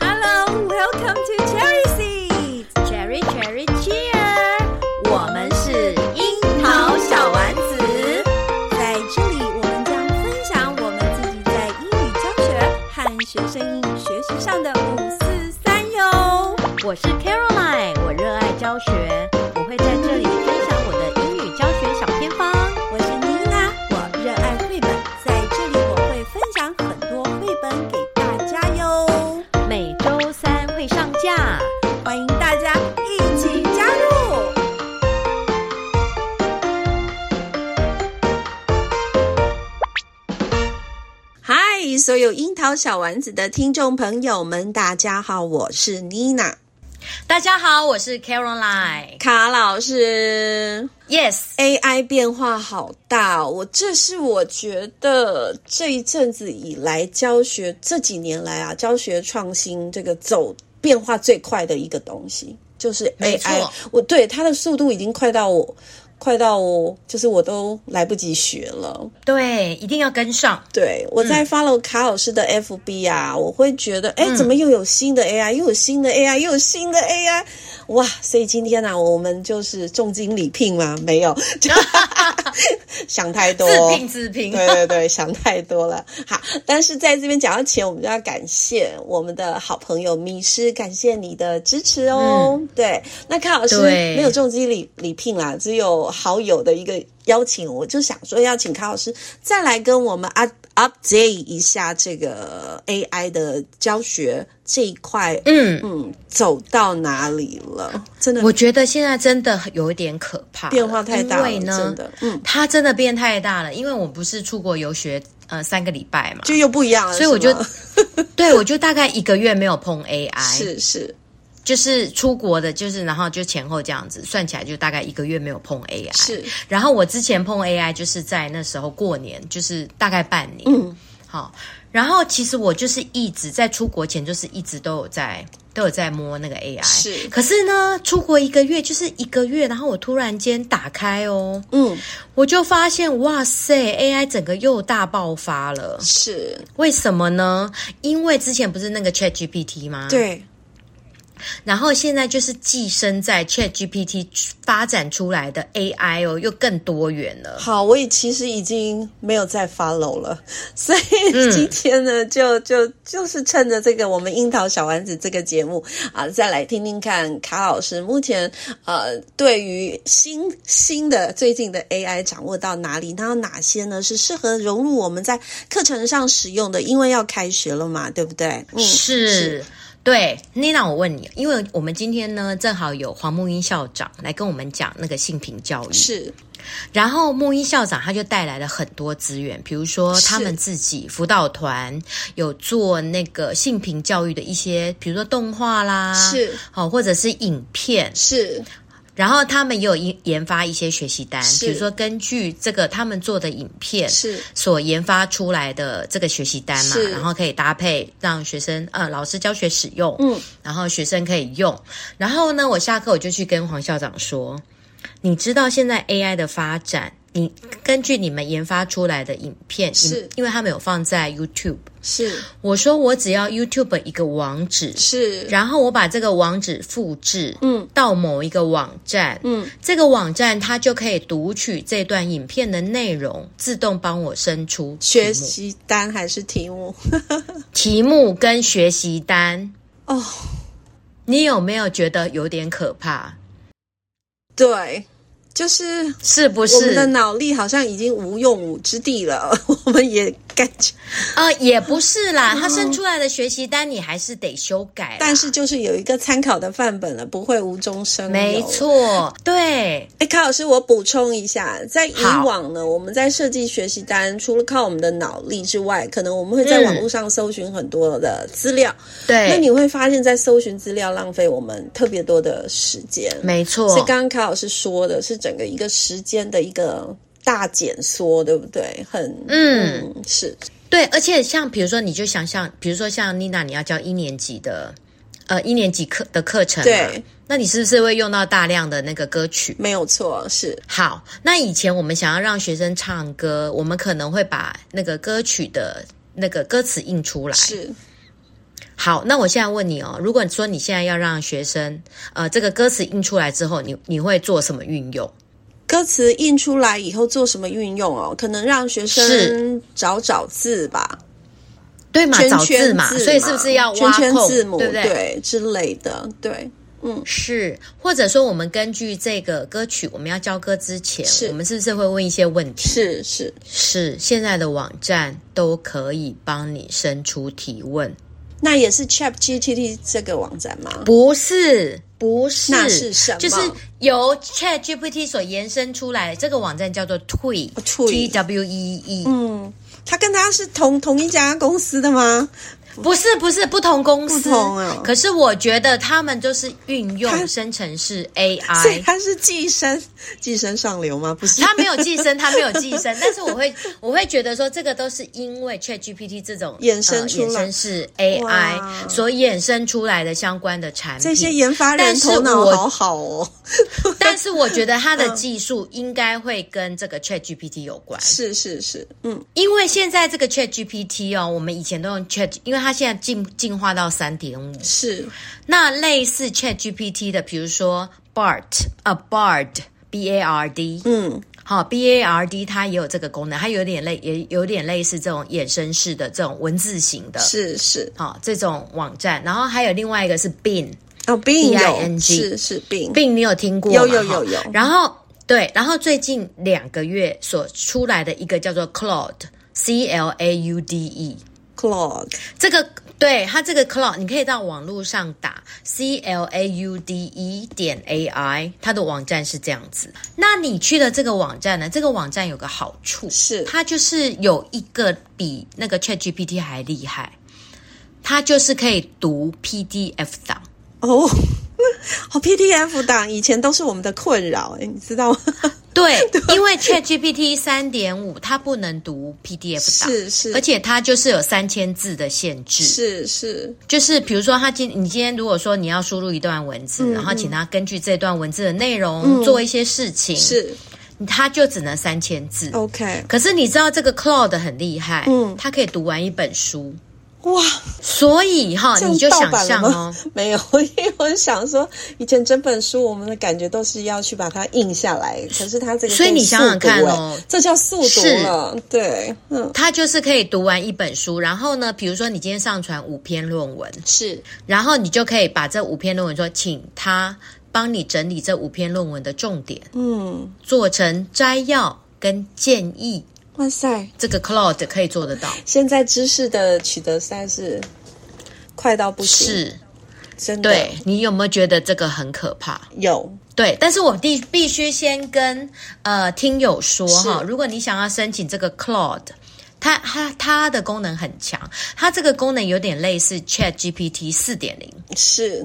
Hello, welcome to Cherry Seeds. Cherry, Cherry, Cheer. 我们是樱桃小丸子，在这里我们将分享我们自己在英语教学和学生英语学习上的五四三哟。我是 Caroline，我热爱教学，我会在这里分享我的英语教学小偏方。我是妮娜，我热爱绘本，在这里我会分享很多绘本给大家哟，每周三会上架。欢迎大家一起加入。嗨，所有樱桃小丸子的听众朋友们，大家好，我是妮娜大家好，我是 Caroline。卡老师。 Yes， AI 变化好大、哦，我这是我觉得这一阵子以来教学这几年来啊，教学创新这个走变化最快的一个东西，就是没错 AI。我对它的速度已经快到我，快到我就是我都来不及学了。对，一定要跟上。对，我在嗯 follow 卡老师的 FB 啊，我会觉得，哎，怎么又有新的 AI，又有新的 AI，又有新的 AI，哇！所以今天呢、我们就是重金礼聘吗？没有，就 想太多，自聘自聘。对对对，想太多了。好，但是在这边讲到前，我们就要感谢我们的好朋友米师，感谢你的支持哦。对，那康老师嗯对没有重金礼礼聘啦，只有好友的一个邀请，我就想说要请康老师再来跟我们 up update 一下这个 AI 的教学这一块，嗯，嗯，走到哪里了？真的我觉得现在真的有一点可怕了，变化太大了，因为呢真，的，嗯，它真的变太大了。因为我不是出国游学呃三个礼拜嘛，就又不一样了。所以我是就吗对我就大概一个月没有碰 AI。是是就是出国的，就是然后就前后这样子算起来，就大概一个月没有碰 AI。是，然后我之前碰 AI 就是在那时候过年，就是大概半年。嗯，好，然后其实我就是一直在出国前，就是一直都有在都有在摸那个 AI。是可是呢，出国一个月就是一个月，然后我突然间打开哦，嗯我就发现哇塞，AI 整个又大爆发了。是，为什么呢？因为之前不是那个 ChatGPT 吗？。对。然后现在就是寄生在 ChatGPT 发展出来的 AI 哦，又更多元了。好，我也其实已经没有再 follow 了， 所以今天呢，就就就是趁着这个我们樱桃小丸子这个节目啊，再来听听看卡老师目前呃对于新新的最近的 AI 掌握到哪里，那有哪些呢是适合融入我们在课程上使用的？因为要开学了嘛，对不对？嗯，是是，对，Nina，我问你，因为我们今天呢，正好有黄木英校长来跟我们讲那个性平教育，是然后木英校长他就带来了很多资源，比如说是他们自己辅导团有做那个性平教育的一些，比如说动画啦，是，好，或者是影片，是然后他们也有研研发一些学习单，是比如说根据这个他们做的影片是所研发出来的这个学习单嘛是，然后可以搭配让学生呃老师教学使用，嗯，然后学生可以用。然后呢，我下课我就去跟黄校长说，你知道现在 AI 的发展，你根据你们研发出来的影片，是你因为他们有放在 YouTube，是我说我只要 YouTube 一个网址，是，然后我把这个网址复制，嗯，到某一个网站，嗯，这个网站它就可以读取这段影片的内容，自动帮我生出题学目习单还是题目题目跟学习单。哦。你有没有觉得有点可怕？对，就是是不我们的是？脑力好像已经无用武之地了， 我们也感觉，呃，也不是啦，嗯他生出来的学习单你还是得修改啦，但是就是有一个参考的范本了，不会无中生有。没。错，对，哎，卡老师，我补充一下，在以好往呢，我们在设计学习单，除了靠我们的脑力之外，可能我们会在网络上搜寻很多的资料。对，那你会发现，在搜寻资料浪费我们特别多的时间。没错，是刚刚卡老师说的，是整个一个时间的一个大减缩，对不对？很嗯是对，而且像比如说，你就想象，比如说像妮娜，你要教一年级的，呃，一年级课的课程、对，那你是不是会用到大量的那个歌曲？没有错，是好，那以前我们想要让学生唱歌，我们可能会把那个歌曲的那个歌词印出来。是好，那我现在问你哦，如果你说你现在要让学生，呃，这个歌词印出来之后，你你会做什么运用？歌词印出来以后做什么运用哦？可能让学生是找找字吧，对嘛，圈找圈字嘛，所以是不是要圈挖圈空，字母对不之类的？对，是，或者说我们根据这个歌曲，我们要交歌之前是，我们是不是会问一些问题？是是是，现在的网站都可以帮你生出提问，那也是 Chat GPT 这个网站吗？不是，不是，那是什么就是由 Chat GPT 所延伸出来的这个网站叫做 Twee 哦，Twee T W E E，、嗯，他跟他是同同一家公司的吗？不是，不是不同公司，不同啊可是我觉得他们就是运它用生成式所以 AI。他是寄生寄生上流吗？不是，哎他没有寄生，他没有寄生，但是我会我会觉得说，这个都是因为 ChatGPT 这种衍生出来呃、衍生式哇 AI 所衍生出来的相关的产品。这些研发人但是头脑我好好哦。但是我觉得它嗯的技术应该会跟这个 ChatGPT 有关，是是是，嗯，因为现在这个 ChatGPT 哦，我们以前都用 Chat，因为它现在进进化到三点五，是那类似 ChatGPT 的，比如说 Bart 呃 Bard B A R D，嗯，好 B A R D 它也有这个功能，它有点类也有点类似这种衍生式的这种文字型的，是是。好、这种网站。然后还有另外一个是 Bin 哦，病 B-I-N-G 是是病， Bin，你有听过吗？有有有哈有然后对，然后最近两个月所出来的一个叫做 Cloud C L A U D E， Claude 这个对它这个 cloud，你可以到网络上打 c l a u d e 点 a i，它的网站是这样子。那你去了这个网站呢？这个网站有个好处是它就是有一个比那个 Chat GPT 还厉害，它就是可以读 PDF 档。哦， 哦，PDF 档以前都是我们的困扰，哎，你知道吗？对， 因为 Chat GPT 三点五它不能读 PDF 档，是 是，而且它就是有三千字的限制。是是就是比如说，他今你今天如果说你要输入一段文字，嗯然后请他根据这段文字的内容做一些事情，是他就只能三千字。 ，OK，可是你知道这个 Cloud 很厉害，嗯嗯，他可以读完一本书，哇，所以哈，这样哦你就盗想版了象吗哦，？没有，因为我想说，以前整本书我们的感觉都是要去把它印下来，可是它这个所以可你想想速读看哎哦这叫速读是了，对， 嗯，他就是可以读完一本书，然后呢，比如说你今天上传五篇论文，是然后你就可以把这五篇论文说，请他帮你整理这五篇论文的重点，嗯，做成摘要跟建议，哇塞，这个 Cloud 可以做得到。现在知识的取得实在是快到不行，是真的对你有没有觉得这个很可怕？有对，但是我必必须先跟呃听友说是哈，如果你想要申请这个 Cloud，它它它的功能很强，它这个功能有点类似 Chat GPT 四点零，是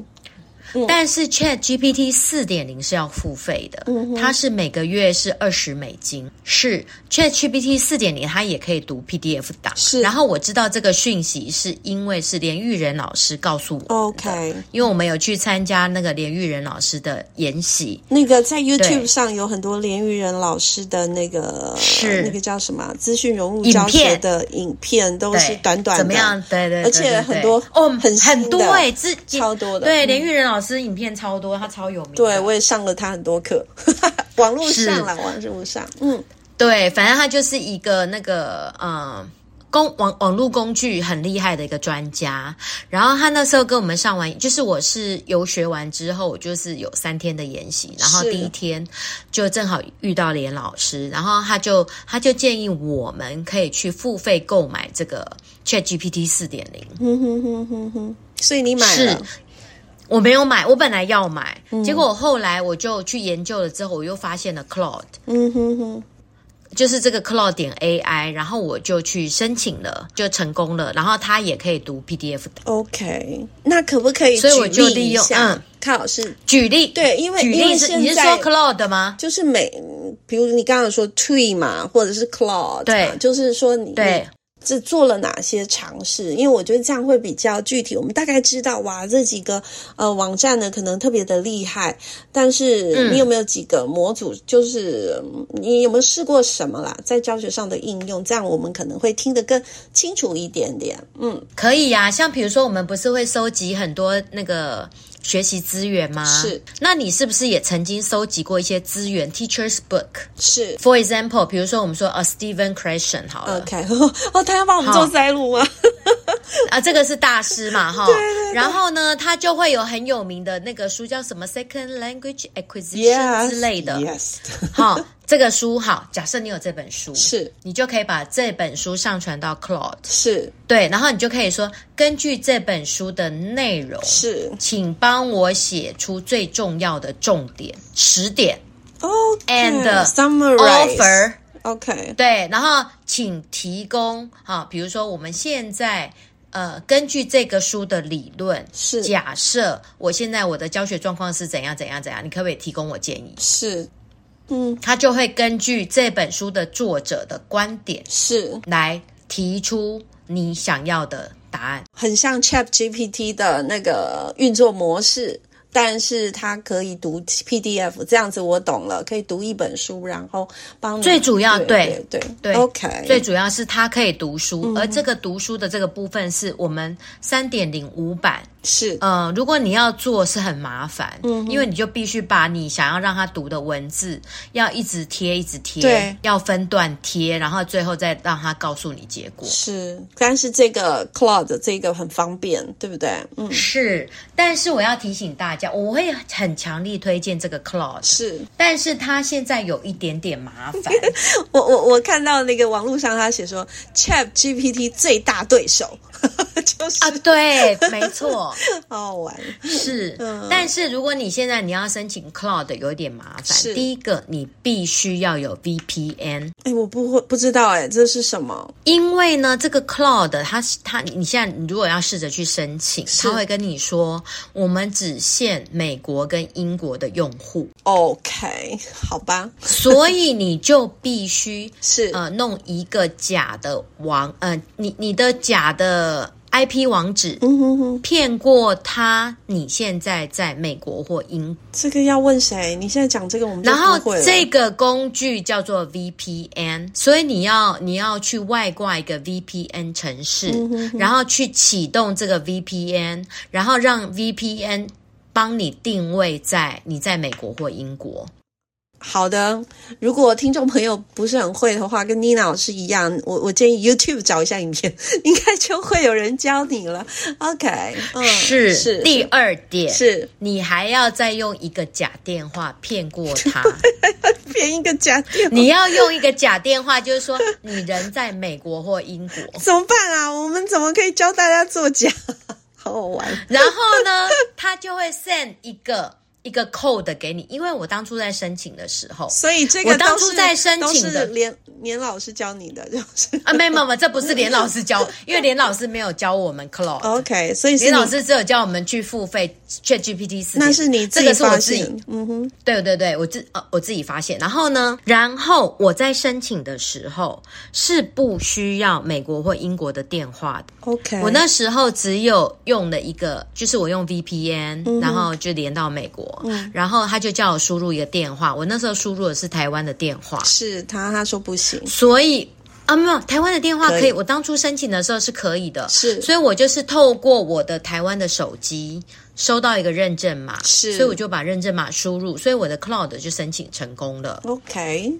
但是 Chat GPT 四点零是要付费的，它是每个月是二十美金。是 Chat GPT 四点零，它也可以读 PDF 档。是然后我知道这个讯息是因为是连玉仁老师告诉我的 OK 因为我们有去参加那个连玉仁老师的研习。那个在 YouTube 对上有很多连玉仁老师的那个是那个叫什么啊资讯融入影教学片的影片，都是对短短的，怎么样？对对对而且对对很多哦，很新很多的哎、自己超多的对，嗯连玉仁老师影片超多，他超有名的。对，我也上了他很多课， 网络上是啦，网络上，嗯，对，反正它就是一个那个嗯工网网络工具很厉害的一个专家。然后他那时候跟我们上完，就是我是游学完之后，我就是有三天的研习，然后是第一天就正好遇到连老师，然后他就他就建议我们可以去付费购买这个 ChatGPT 四点零。哼嗯哼哼哼哼，所以你买是了，我没有买，我本来要买，结果我后来我就去研究了之后，我又发现了 Cloud，嗯哼哼，就是这个 Cloud 点 AI，然后我就去申请了，就成功了，然后它也可以读 PDF 的。 OK，那可不可以举所以我就例利一用下？嗯卡老师，举例，对因为举因为例是现你是说在 Cloud 吗？就是每，嗯比如你刚刚有说 Tree 嘛，或者是 Cloud，嘛对就是说你对，这做了哪些尝试？因为我觉得这样会比较具体，我们大概知道哇，这几个呃网站呢可能特别的厉害，但是嗯你有没有几个模组？就是嗯你有没有试过什么啦，在教学上的应用？这样我们可能会听得更清楚一点点。嗯，可以呀、像比如说我们不是会收集很多那个学习资源吗？是。那你是不是也曾经收集过一些资源？Teachers Book，for 是 example，比如说我们说呃 Steven Cresson 好了。 OK，哦， 他要帮我们做好摘录吗？啊，这个是大师嘛，哈。然后呢，他就会有很有名的那个书叫什么《Second Language Acquisition》之类的， Yes，哈。这个书好，假设你有这本书，是你就可以把这本书上传到 Cloud，是对，然后你就可以说，根据这本书的内容，是请帮我写出最重要的重点十点 OK，and And, uh, summarize offer OK，对，然后请提供啊，比如说我们现在呃，根据这个书的理论，是假设我现在我的教学状况是怎样怎样怎样，你可不可以提供我建议？是他就会根据这本书的作者的观点是，来提出你想要的答案。很像 Chat GPT 的那个运作模式，但是它可以读 PDF，这样子我懂了，可以读一本书，然后帮你最主要对对对 OK，嗯最主要是他可以读书，而这个读书的这个部分是我们三点零五版是呃，如果你要做是很麻烦，嗯因为你就必须把你想要让他读的文字要一直贴，一直对贴，要分段贴，然后最后再让他告诉你结果。是，但是这个 Cloud 这个很方便，对不对？嗯，是，但是我要提醒大家，我会很强力推荐这个 Claude，是。 但是它现在有一点点麻烦。我我我看到那个网络上他写说，Chat GPT 最大对手 就是啊，对，没错，好好玩，是。嗯但是如果你现在你要申请 Cloud，有一点麻是烦。第一个，你必须要有 VPN。哎、我不会不知道哎、这是什么？因为呢，这个 cloud 它是它，你现在如果要试着去申请，是它会跟你说，我们只限美国跟英国的用户， OK，好吧，所以你就必须 是呃弄一个假的网，呃，你你的假的 IP 网址，嗯哼哼，骗过他，你现在在美国或英，这个要问谁？你现在讲这个，我们就然后不会了这个工具叫做 VPN，所以你要你要去外挂一个 VPN 城市，嗯然后去启动这个 VPN，然后让 VPN 帮你定位在你在美国或英国。好的。如果听众朋友不是很会的话，跟妮娜老师一样，我我建议 YouTube 找一下影片，应该就会有人教你了。OK，嗯，是是第二点是你还要再用一个假电话骗过 他。编一个假电话你要用一个假电话，就是说你人在美国或英国，怎么办啊？我们怎么可以教大家作假？ 好好 玩，然后呢，他就会 send 一个一个 code 给你，因为我当初在申请的时候。所以这我个当都初是在申都请是的连连老师教你的，就是啊，没有没有，没有这不是连老 师教，因为连老师没有教我们 Cloud，、 OK，所以哦是连你老师只有教我们去付费 ChatGPT 四点零。那是你自这己个是我发自己现，嗯哼，对对对，我自呃我自己发现，然后呢，然后我在申请的时候是不需要美国或英国的电话的。 OK，我那时候只有用了一个，就是我用 VPN，、然后就连到美国，然后他就叫我输入一个电话，我那时候输入的是台湾的电话，是他，他说不行，所以。啊，没有台湾的电话可以，可以我当初申请的时候是可以的，是所以我就是透过我的台湾的手机收到一个认证码，是所以我就把认证码输入，所以我的 Cloud 就申请成功了。 OK，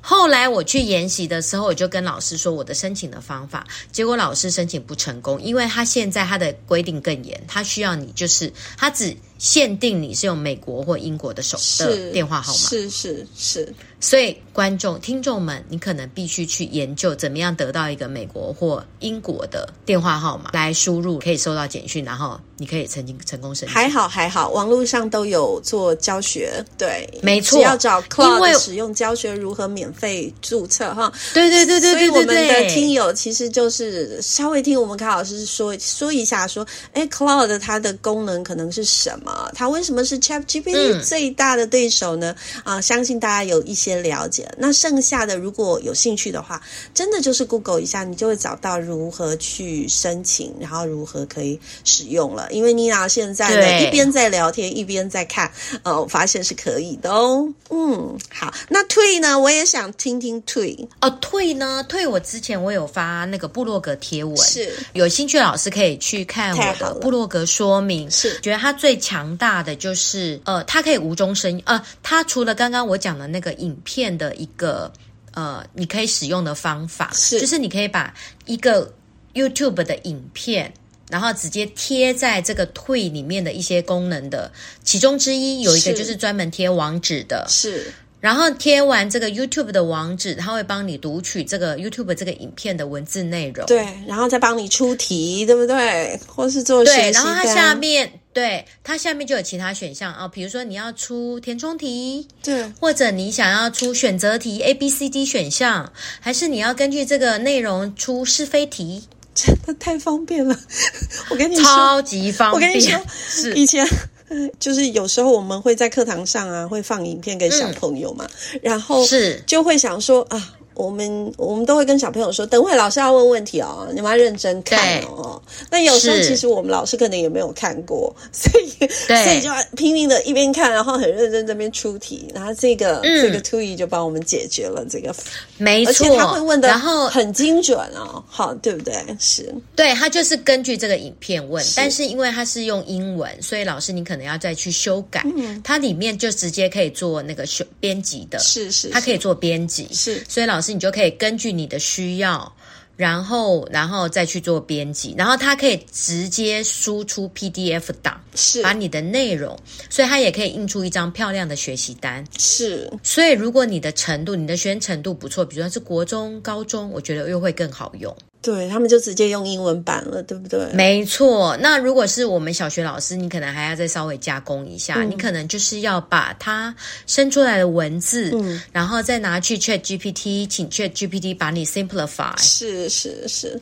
后来我去研习的时候，我就跟老师说我的申请的方法，结果老师申请不成功，因为他现在他的规定更严，他需要你就是他只限定你是用美国或英国的手是的电话号码，是是是，所以观众听众们，你可能必须去研究怎么样得到一个美国或英国的电话号码来输入，可以收到简讯，然后你可以曾经成功申请。还好还好，网络上都有做教学，对，没错只要找 Cloud 因为使用教学如何免费注册哈。对对对对对所以对我们的听对。友其实就是稍微听我们卡老师说说一下说，哎，Cloud 它的功能可能是什么？它为什么是 ChatGPT 嗯最大的对手呢？啊，相信大家有一些了解。那剩下的如果有兴趣的话，真的就是 Google 一下，你就会找到如何去申请，然后如何可以使用了。因为妮娜现在呢，对一边在聊天，一边在看，呃，我发现是可以的哦。嗯，好，那退呢，我也想听听退，哦，退呢？退我之前我有发那个部落格贴文，是有兴趣的老师可以去看太我好的了部落格说明。是觉得它最强大的就是呃，它可以无中生呃，它除了刚刚我讲的那个影片的一个呃，你可以使用的方法，是就是你可以把一个 YouTube 的影片。然后直接贴在这个退里面的一些功能的，其中之一有一个是就是专门贴网址的，是然后贴完这个 YouTube 的网址，它会帮你读取这个 YouTube 这个影片的文字内容。对，然后再帮你出题，对不对？或是做学对，习啊然后它单下面对它下面就有其他选项啊，比如说你要出填充题，对或者你想要出选择题 A、B、C、D 选项，还是你要根据这个内容出是非题，真的太方便了， 我跟你说。超级方我跟便。你说 是以前 就是有时候我们会在课堂上啊，会放影片给小朋友嘛，然后嗯是就会想说啊。我们我们都会跟小朋友说，等会老师要问问题哦，你们要认真看哦。那有时候是其实我们老师可能也没有看过， 所以对所以就要拼命的一边看，然后很认真这边出题，然后这个、嗯这个 t o e 就帮我们解决了这个，没而且错，他会问的然后很精准哦，好对不对？是对，它就是根据这个影片问，是但是因为它是用英文，所以老师你可能要再去修改。它里面就直接可以做那个修编辑的，嗯是是，它可以以做编辑，是所以老师你就可以根据你的需要。然后，然后再去做编辑，然后它可以直接输出 PDF 档，是把你的内容，所以它也可以印出一张漂亮的学习单。是所以，如果你的程度、你的学生程度不错，比如说是国中、高中，我觉得又会更好用。对他们就直接用英文版了，对不对？没错，那如果是我们小学老师，你可能还要再稍微加工一下，你可能就是要把它生出来的文字，然后再拿去 Chat GPT，请 Chat GPT 把你 simplify，是是是，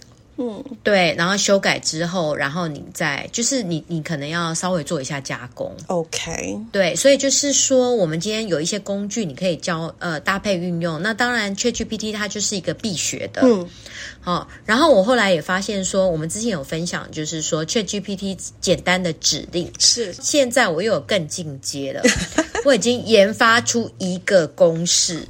对，然后修改之后，然后你再就是你你可能要稍微做一下加工。 OK，对，所以就是说，我们今天有一些工具，你可以教呃搭配运用。那当然，ChatGPT 它就是一个必学的，嗯，好、然后我后来也发现说，我们之前有分享，就是说 ChatGPT 简单的指令，是现在我又有更进阶 了，我已经研发出一个公式，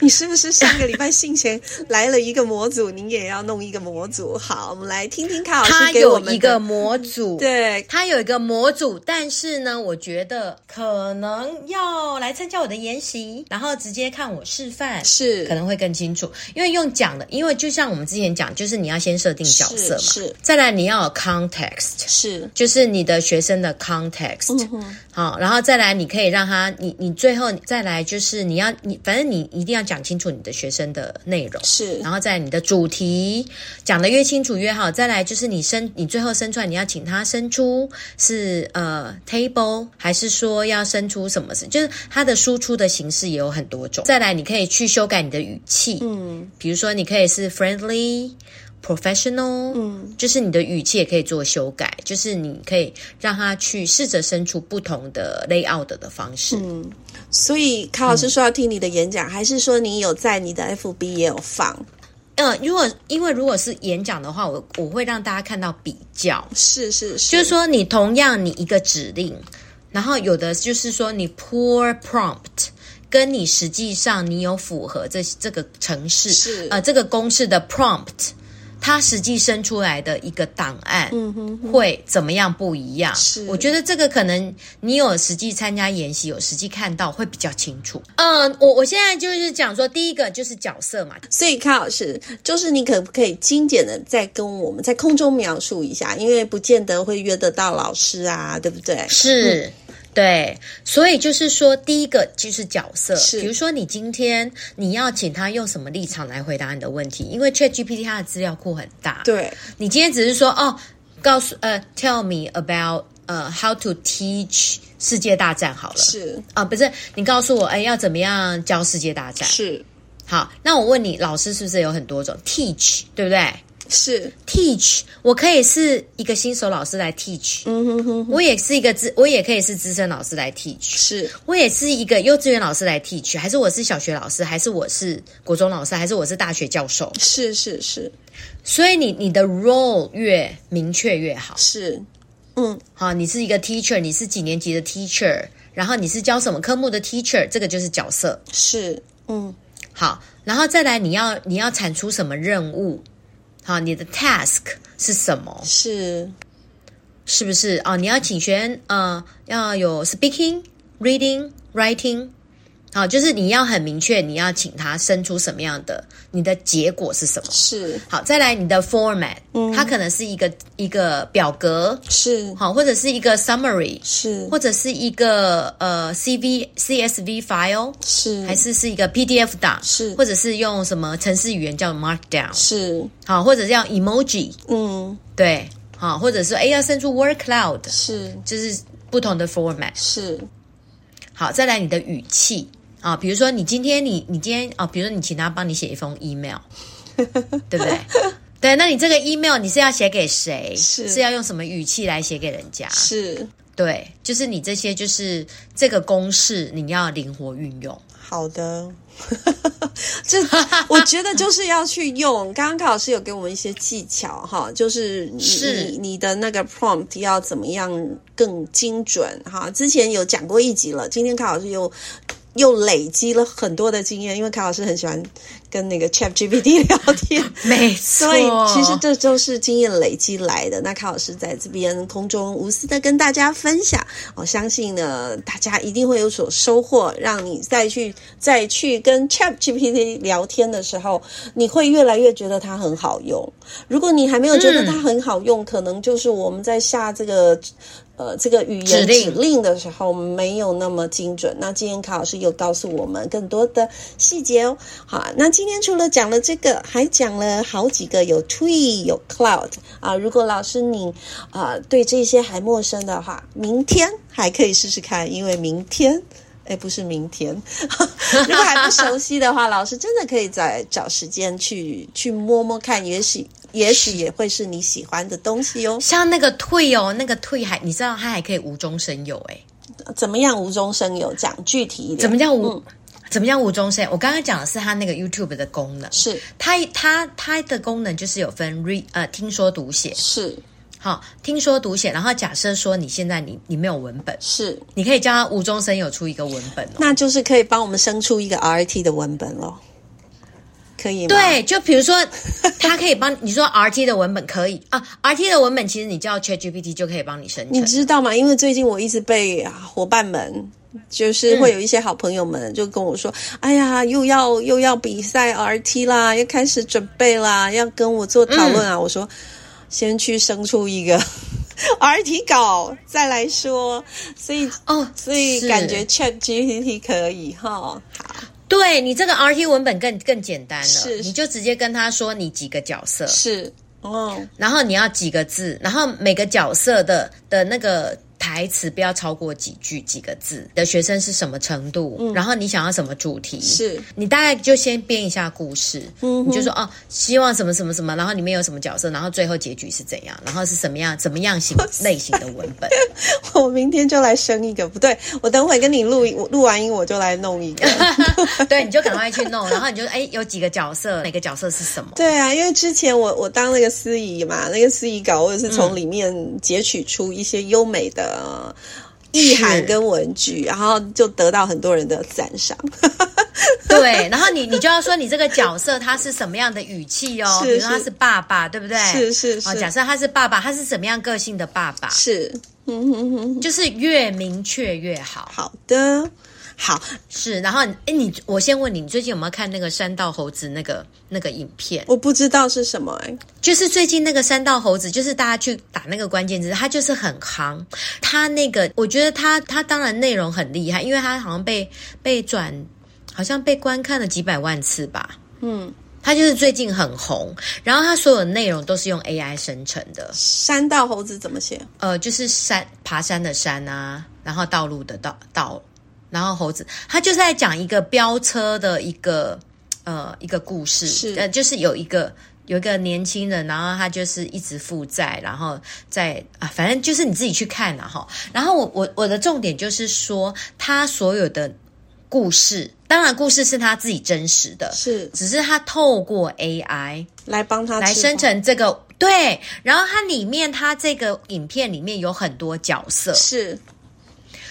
你是不是上个礼拜信前来了一个模组， 你也要弄一个模组？好，我们来听听卡老它师给我有们一的个模组，。对。它有一个模组，但是呢，我觉得可能要来参加我的研习，然后直接看我示范，是可能会更清楚。因为用讲的，因为就像我们之前讲，就是你要先设定角色嘛，是是再来你要有 context，是就是你的学生的 context，、好，然后再来你可以让他，你你最后再来就是你要你反正你一定要讲清楚你的学生的内容，是然后再来你的主题讲得越清楚越好，再来就是你生你最后生出来你要请他生出是呃 table 还是说要生出什么事，就是它的输出的形式也有很多种，再来你可以去修改你的语气，嗯，比如说你可以是 friendly。professional，嗯，就是你的语气也可以做修改，就是你可以让他去试着生出不同的 layout 的方式。所以卡嗯老师说要听你的演讲，还是说你有在你的 FB 也有放？嗯，如果因为如果是演讲的话，我我会让大家看到比较，是是是，就是说你同样你一个指令，然后有的就是说你 poor prompt。跟你实际上你有符合这这个城市是呃这个公式的 prompt，它实际生出来的一个档案嗯哼哼，会怎么样不一样？是我觉得这个可能你有实际参加研习，有实际看到会比较清楚。嗯，我我现在就是讲说，第一个就是角色嘛，所以卡老师，就是你可不可以精简的再跟我们在空中描述一下？因为不见得会约得到老师啊，对不对？是。对，所以就是说，第一个就是角色，是比如说你今天你要请他用什么立场来回答你的问题，因为 ChatGPT 它的资料库很大，对，你今天只是说哦，告诉呃，tell me about 呃 how to teach 世界大战好了是啊，不是你告诉我哎要怎么样教世界大战？是好，那我问你，老师是不是有很多种 teach 对不对是， ？teach 我可以是一个新手老师来 teach，嗯哼哼，我也是一个资我也可以是资深老师来 teach。是我也是一个幼稚园老师来 teach，还是我是小学老师，还是我是国中老师，还是我是大学教授？是是是所以你你的 role 越明确越好。是，嗯，好，你是一个 teacher，你是几年级的 teacher，然后你是教什么科目的 teacher，这个就是角色。是嗯好，然后再来你要你要产出什么任务？好，你的 task 是什么？是是不是啊、哦你要请学员呃要有 speaking、reading、writing。好，就是你要很明确，你要请他生出什么样的，你的结果是什么？是好，再来你的 format，、它嗯可能是一个一个表格，是好，或者是一个 summary，是或者是一个呃 CV、CSV file，是还是是一个 PDF 档，嗯是或者是用什么程式语言叫 Markdown，是好，或者是要 emoji，嗯对，好，或者是哎要生出 Word Cloud，是就是不同的 format。是好，再来你的语气啊，比如说你今天你你今天啊，比如说你请他帮你写一 封 email，对不对？对，那你这个 email 你是要写给谁？是是要用什么语气来写给人家？是，对，就是你这些，就是这个公式，你要灵活运用。好的。 这我觉得就是要去用。刚刚卡老师有给我们一些技巧哈，就是你是你你的那个 prompt 要怎么样更精准哈。之前有讲过一集了，今天卡老师又又累积了很多的经验，因为卡老师很喜欢跟那个 Chat GPT 聊天，没错所以其实这就是经验累积来的。那卡老师在这边空中无私的跟大家分享，我相信呢，大家一定会有所收获，让你再去再去跟 Chat GPT 聊天的时候，你会越来越觉得它很好用。如果你还没有觉得它很好用，可能就是我们在下这个。呃，这个语言指令令的时候没有那么精准。那今天卡老师又告诉我们更多的细节哦。好，那今天除了讲了这个，还讲了好几个，有 Tree，有 Cloud 啊。如果老师你啊、对这些还陌生的话，明天还可以试试看，因为明天。哎，不是明天。 如果还不熟悉的话，老师真的可以再找时间去去摸摸看，也许也许也会是你喜欢的东西哦。像那个退哦，那个退还你知道它还可以无中生有哎、怎么样无中生有？讲具体一点。嗯怎么叫无？怎么叫无中生有？我刚刚讲的是它那个 YouTube 的功能，是它它它的功能就是有分 re 呃听说读写，是好，听说读写，然后假设说你现在你你没有文本，是，你可以叫它无中生有出一个文本哦。那就是可以帮我们生出一个 RT 的文本咯，可以吗？，对，就比如说，它可以帮 你说 RT 的文本可以啊，RT 的文本其实你叫 ChatGPT 就可以帮你生你成。知道吗？因为最近我一直被啊伙伴们。就是嗯会有一些好朋友们就跟我说：“哎呀，又要又要比赛 RT 啦，要开始准备啦，要跟我做讨论啊。嗯我说：“先去生出一个 RT 稿，再来说。”所以，哦，所以是感觉 Chat GPT 可以哈。好，对你这个 RT 文本更更简单了，是你就直接跟他说你几个角色，是哦，然后你要几个字，然后每个角色的的那个台词不要超过几句几个字，你的学生是什么程度，然后你想要什么主题，嗯是你大概就先编一下故事，嗯哼你就说哦，希望什么什么什么，然后里面有什么角色，然后最后结局是怎样，然后是什么样怎么 样型类型的文本， 我明天就来生一个，不对，我等会跟你录我录完音我就来弄一 个。对，你就赶快去 弄，然后你就哎有几个角色，每个角色是什么，对啊，因为之前我我当那个司仪嘛，那个司仪稿我也是从里面截取出一些优美的。意涵跟文具，然后就得到很多人的赞赏。对，然后你你就要说你这个角色他是什么样的语气哦，是比如说他是是爸爸，对不对？是是哦，是假设他是爸爸，他是什么样个性的爸爸？是，嗯哼哼，就是越明确越好。好的，好，是，然后你哎，你我先问你，你最近有没有看那个山道猴子那个那个影片？我不知道是什么、哎，就是最近那个山道猴子，就是大家去打那个关键字，他就是很夯。他那个，我觉得他他当然内容很厉害，因为他好像被被转，好像被观看了几百万次吧。嗯，他就是最近很红，然后他所有的内容都是用 AI 生成的，山道猴子怎么写？呃，就是山爬山的山啊，然后道路的道道，然后猴子，他就是在讲一个飙车的一个呃一个故事，是呃，就是有一个有一个年轻人，然后他就是一直负债，然后在啊，反正就是你自己去看啦、哈。然后我我我的重点就是说，他所有的故事，当然故事是他自己真实的，是只是他透过 AI 来帮他来吃生饭成这个对，然后它里面它这个影片里面有很多角色，是，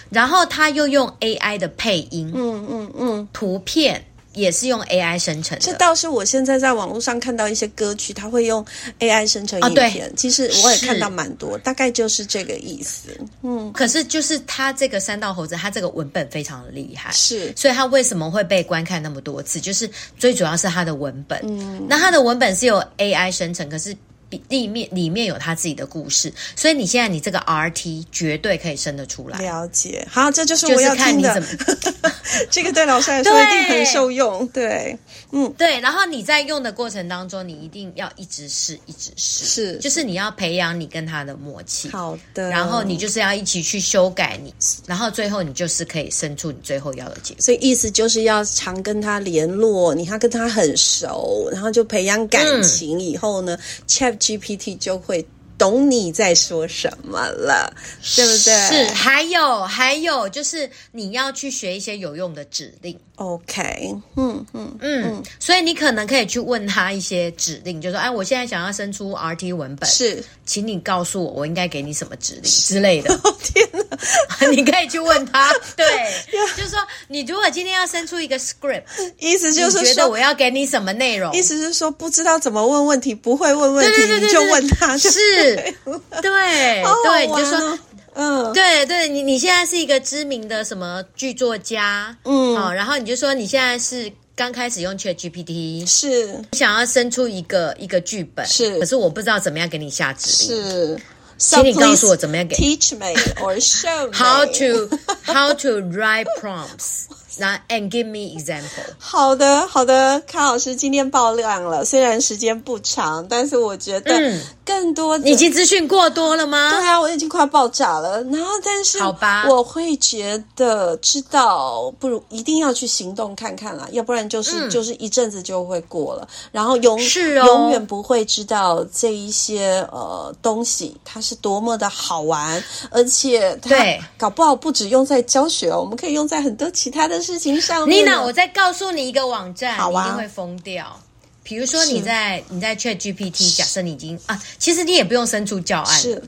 然后它又用 AI 的配音、嗯嗯嗯，图片也是用 AI 生成这的。倒是我现在在网络上看到一些歌曲，它会用 AI 生成哦影对片，其实我也看是到蛮多，大概就是这个意思。嗯，可是就是它这个三道猴子，它这个文本非常厉害。是所以它为什么会被观看那么多次？就是最主要是它的文本。嗯那它的文本是有 AI 生成，可是比里面里面有它自己的故事，所以你现在你这个 RT 绝对可以生得出来。了解。好，这就是就我是要看听你的。怎么 这个对老师来说一定对很受用。对，对，然后你在用的过程当中，你一定要一直试，一直试，是就是你要培养你跟他的默契。好的。然后你就是要一起去修改你，然后最后你就是可以生出你最后要的结果。所以意思就是要常跟他联络，你要跟他很熟，然后就培养感情。以后呢、c h a t GPT 就会懂你在说什么了，对不对？是，还有还有就是你要去学一些有用的指令， OK，嗯嗯，嗯，所以你可能可以去问他一些指令，就说，哎，我现在想要生出 RT 文本，是。请你告诉我，我应该给你什么指令之类 的。哦天哪，你可以去 问他，对，就是说，你如果今天要生出一个 script，意思就你是觉得说我。要给你什么内容？意思是说不知道怎么问问题，不会问问对题，对对对，你就问他就，是，对 好好对，你就玩说哦，嗯，对对，你你现在是一个知名的什么剧作家，嗯好、然后你就说你现在是刚开始用 Chat GPT，是想要生出一个一个剧本，是可是我不知道怎么样给你下指令。是，请你 So 告诉我 please 怎么样给 teach me or show me How to how to write prompts，然后 and give me example。好的，好的，卡老师今天爆量了，虽然时间不长，但是我觉得嗯更多的、你已经资讯过多了吗？对啊，我已经快爆炸了。然后，但是好吧我会觉得知道不如一定要去行动看看啦，要不然就是、就是一阵子就会过了，然后永嗯是哦永远不会知道这一些呃东西它是多么的好玩，而且它对搞不好不只用在教学哦，我们可以用在很多其他的事情上面哦。 Nina，我再告诉你一个网站，好啊你一定会疯掉。比如说是你在你在 Chat GPT，假设你已经啊，其实你也不用生出教案，是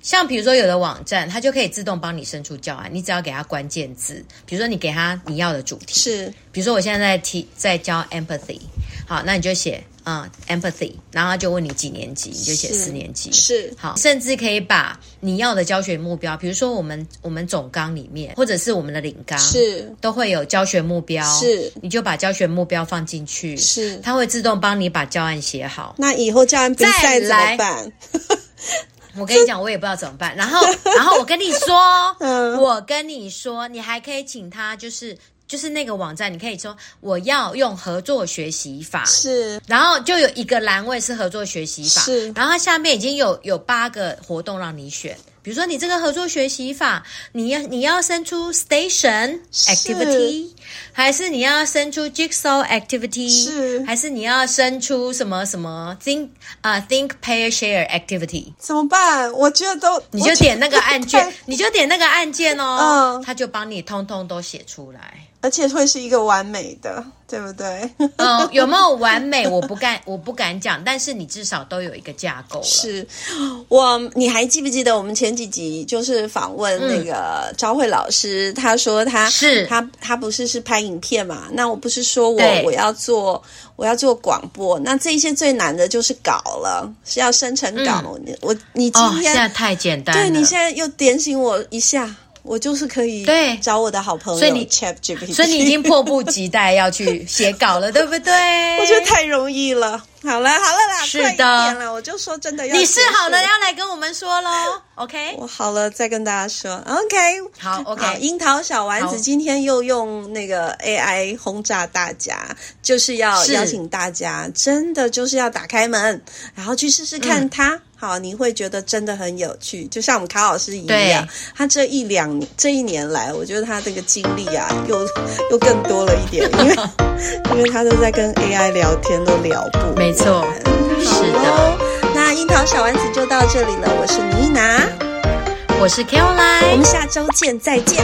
像比如说有的网站，它就可以自动帮你生出教案，你只要给它关键字，比如说你给它你要的主题，是比如说我现在在提在教 empathy，好，那你就写啊、嗯 empathy，然后他就问你几年级，你就写是四年级，是好，甚至可以把你要的教学目标，比如说我们我们总纲里面，或者是我们的领纲，是都会有教学目标，是你就把教学目标放进去，是它会自动帮你把教案写好。那以后教案比赛怎再么来办？我跟你讲，我也不知道怎么办。然 后，然后我跟你说，嗯我跟你说，你还可以请他，就是就是那个网站，你可以说我要用合作学习法。是然后就有一个栏位是合作学习法，是然后它下面已经有有八个活动让你选，比如说你这个合作学习法，你要你要生出 station 是 activity，还是你要生出 jigsaw activity，是还是你要生出什么什么 think 啊、think pair share activity，怎么办？我觉得都你就点那个 按键， 你就点那个按键哦，嗯它就帮你通通都写出来。而且会是一个完美的，对不对？嗯，有没有完美？我不敢，我不敢讲，但是你至少都有一个架构了。是我，你还记不记得我们前几集就是访问那个张慧老师，他说他是他他不嗯是是拍影片嘛？那我不是说我对我要做我要做广播，那这些最难的就是稿了，是要生成稿。你我你今哦，现天、在太简单了。对你现在又点醒我一下，我就是可以对找我的好朋友，所以你 Chat GPT，所以你已经迫不及待要去写 稿了，对不对？我觉得太容易了。好了好了啦，哎是快一的点了，我就说真的要你是结束好了，要来跟我们说喽。OK，我好了，再跟大家说，OK。好好， ，OK，樱桃小丸好子今天又用那个 AI 轰炸大家，就是要是邀请大家，真的就是要打开门，然后去试试嗯看它。好，你会觉得真的很有趣，就像我们卡老师一样对，他这一两这一年来，我觉得他这个经历啊，又又更多了一点，因 为因为他都在跟 AI 聊天，都聊不完没错是的好咯那樱桃小丸子就到这里了，我是妮娜，我是我 Caroline，们下周见，再见，